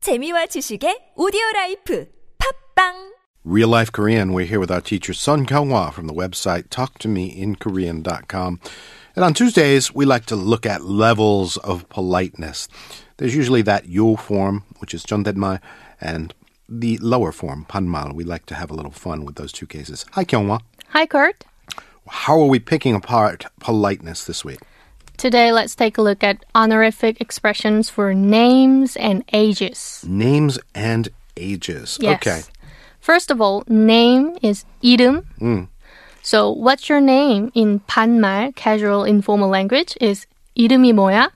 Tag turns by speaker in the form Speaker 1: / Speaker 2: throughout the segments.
Speaker 1: 재미와 지식의 오디오 라이프 팝빵
Speaker 2: Real Life Korean. We're here with our teacher Sun Kang Hwa from the website talktomeinkorean.com. And on Tuesdays, we like to look at levels of politeness. There's usually that yo form, which is chondetma, and the lower form, panmal. We like to have a little fun with those two cases. Hi, Kyung Hwa.
Speaker 3: Hi, Kurt.
Speaker 2: How are we picking apart politeness this week?
Speaker 3: Today, let's take a look at honorific expressions for names and ages.
Speaker 2: Names and ages.
Speaker 3: Yes.
Speaker 2: Okay.
Speaker 3: First of all, name is 이름.
Speaker 2: Mm.
Speaker 3: So, what's your name in 반말, casual informal language, is 이름이 뭐야?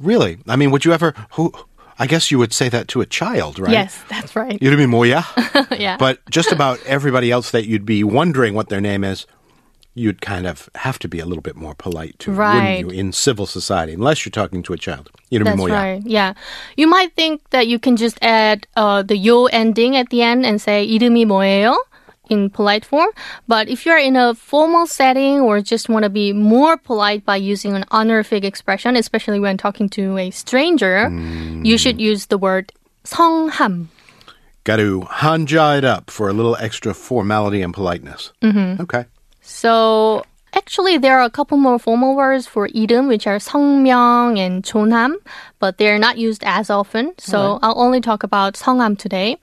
Speaker 2: Really? I mean, would you ever. Who, I guess you would say that to a child, right?
Speaker 3: Yes, that's right.
Speaker 2: 이름이 뭐야?
Speaker 3: yeah.
Speaker 2: But just about everybody else that you'd be wondering what their name is, you'd kind of have to be a little bit more polite to,
Speaker 3: Right.
Speaker 2: wouldn't you, in civil society, unless you're talking to a child. You know,
Speaker 3: that's
Speaker 2: moya.
Speaker 3: right. Yeah. You might think that you can just add uh, the yo ending at the end and say 이름이 뭐예요? In polite form, but if you're in a formal setting or just want to be more polite by using an honorific expression, especially when talking to a stranger, you should use the word 성함.
Speaker 2: Got to hanja it up for a little extra formality and politeness. Mm-hmm. Okay.
Speaker 3: So actually, there are a couple more formal words for 이름, which are 성명 and 존함, but they are not used as often. So I'll only talk about 성함 today.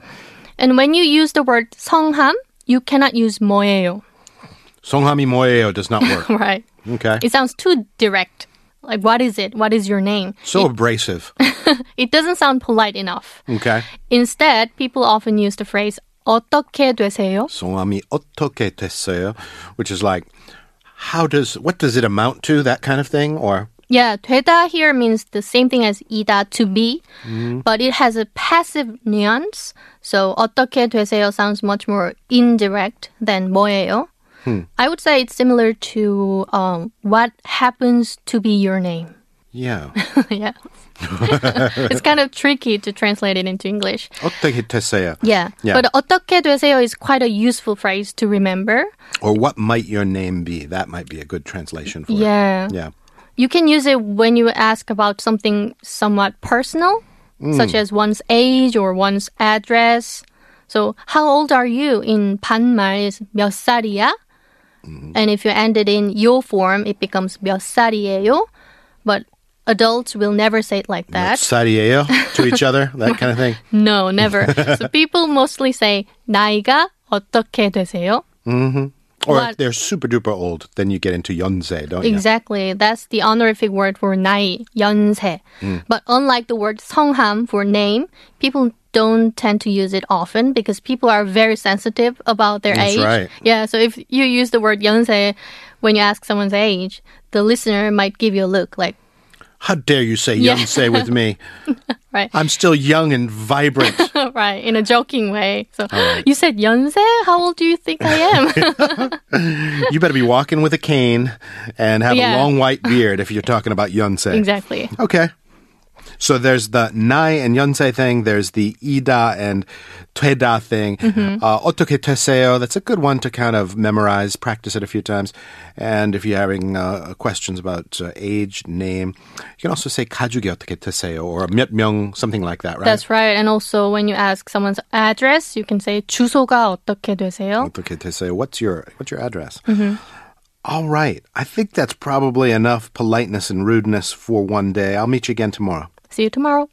Speaker 3: And when you use the word 성함, you cannot use 뭐예요,
Speaker 2: Songhami moyeo does not work.
Speaker 3: right?
Speaker 2: Okay.
Speaker 3: It sounds too direct. Like, what is it? What is your name?
Speaker 2: so abrasive.
Speaker 3: It doesn't sound polite enough.
Speaker 2: Okay.
Speaker 3: Instead, people often use the phrase 어떻게 되세요?
Speaker 2: Songhami otoke teseo, which is like, how does, what does it amount to, that kind of thing? Or,
Speaker 3: Yeah, 되다 here means the same thing as 이다 to be, but it has a passive nuance. So 어떻게 되세요 sounds much more indirect than 뭐예요. I would say it's similar to um, what happens to be your name.
Speaker 2: yeah.
Speaker 3: yeah, it's kind of tricky to translate it into English.
Speaker 2: Otoke teseo.
Speaker 3: Yeah,
Speaker 2: Yeah.
Speaker 3: but 어떻게 되세요 is quite a useful phrase to remember.
Speaker 2: Or what might your name be? That might be a good translation for it.
Speaker 3: Yeah.
Speaker 2: Yeah.
Speaker 3: You can use it when you ask about something somewhat personal, such as one's age or one's address. So, how old are you in 반말 is 몇 살이야? And if you end it in yo form, it becomes 몇 살이에요. But adults will never say it like that.
Speaker 2: Sadieo to each other, that kind of thing.
Speaker 3: No, never. so people mostly say 나이가 어떻게 되세요?
Speaker 2: Or if
Speaker 3: What?
Speaker 2: they're super duper old, then you get into yonze, don't you?
Speaker 3: Exactly. That's the honorific word for 나이, 연세.
Speaker 2: Mm.
Speaker 3: But unlike the word 성함 for name, people don't tend to use it often because people are very sensitive about their
Speaker 2: That's
Speaker 3: age.
Speaker 2: right.
Speaker 3: Yeah, so if you use the word 연세 when you ask someone's age, the listener might give you a look like,
Speaker 2: How dare you say
Speaker 3: Yeah.
Speaker 2: yonze with me?
Speaker 3: right,
Speaker 2: I'm still young and vibrant.
Speaker 3: right, in a joking way. So you said 연세? How old do you think I am?
Speaker 2: you better be walking with a cane and have a
Speaker 3: Yeah.
Speaker 2: long white beard if you're talking about yonze.
Speaker 3: exactly.
Speaker 2: Okay. So there's the nai and yonsei thing. There's the ida and tueda thing. Uh, otoke teseo, that's a good one to kind of memorize, practice it a few times. And if you're having uh, questions about uh, age, name, you can also say kajuge otoke teseo or myetmyeong, something like that, right?
Speaker 3: That's right. And also when you ask someone's address, you can say 주소가 어떻게 되세요?
Speaker 2: otoke teseo. What's your, what's your address? All right. I think that's probably enough politeness and rudeness for one day. I'll meet you again tomorrow.
Speaker 3: See you tomorrow.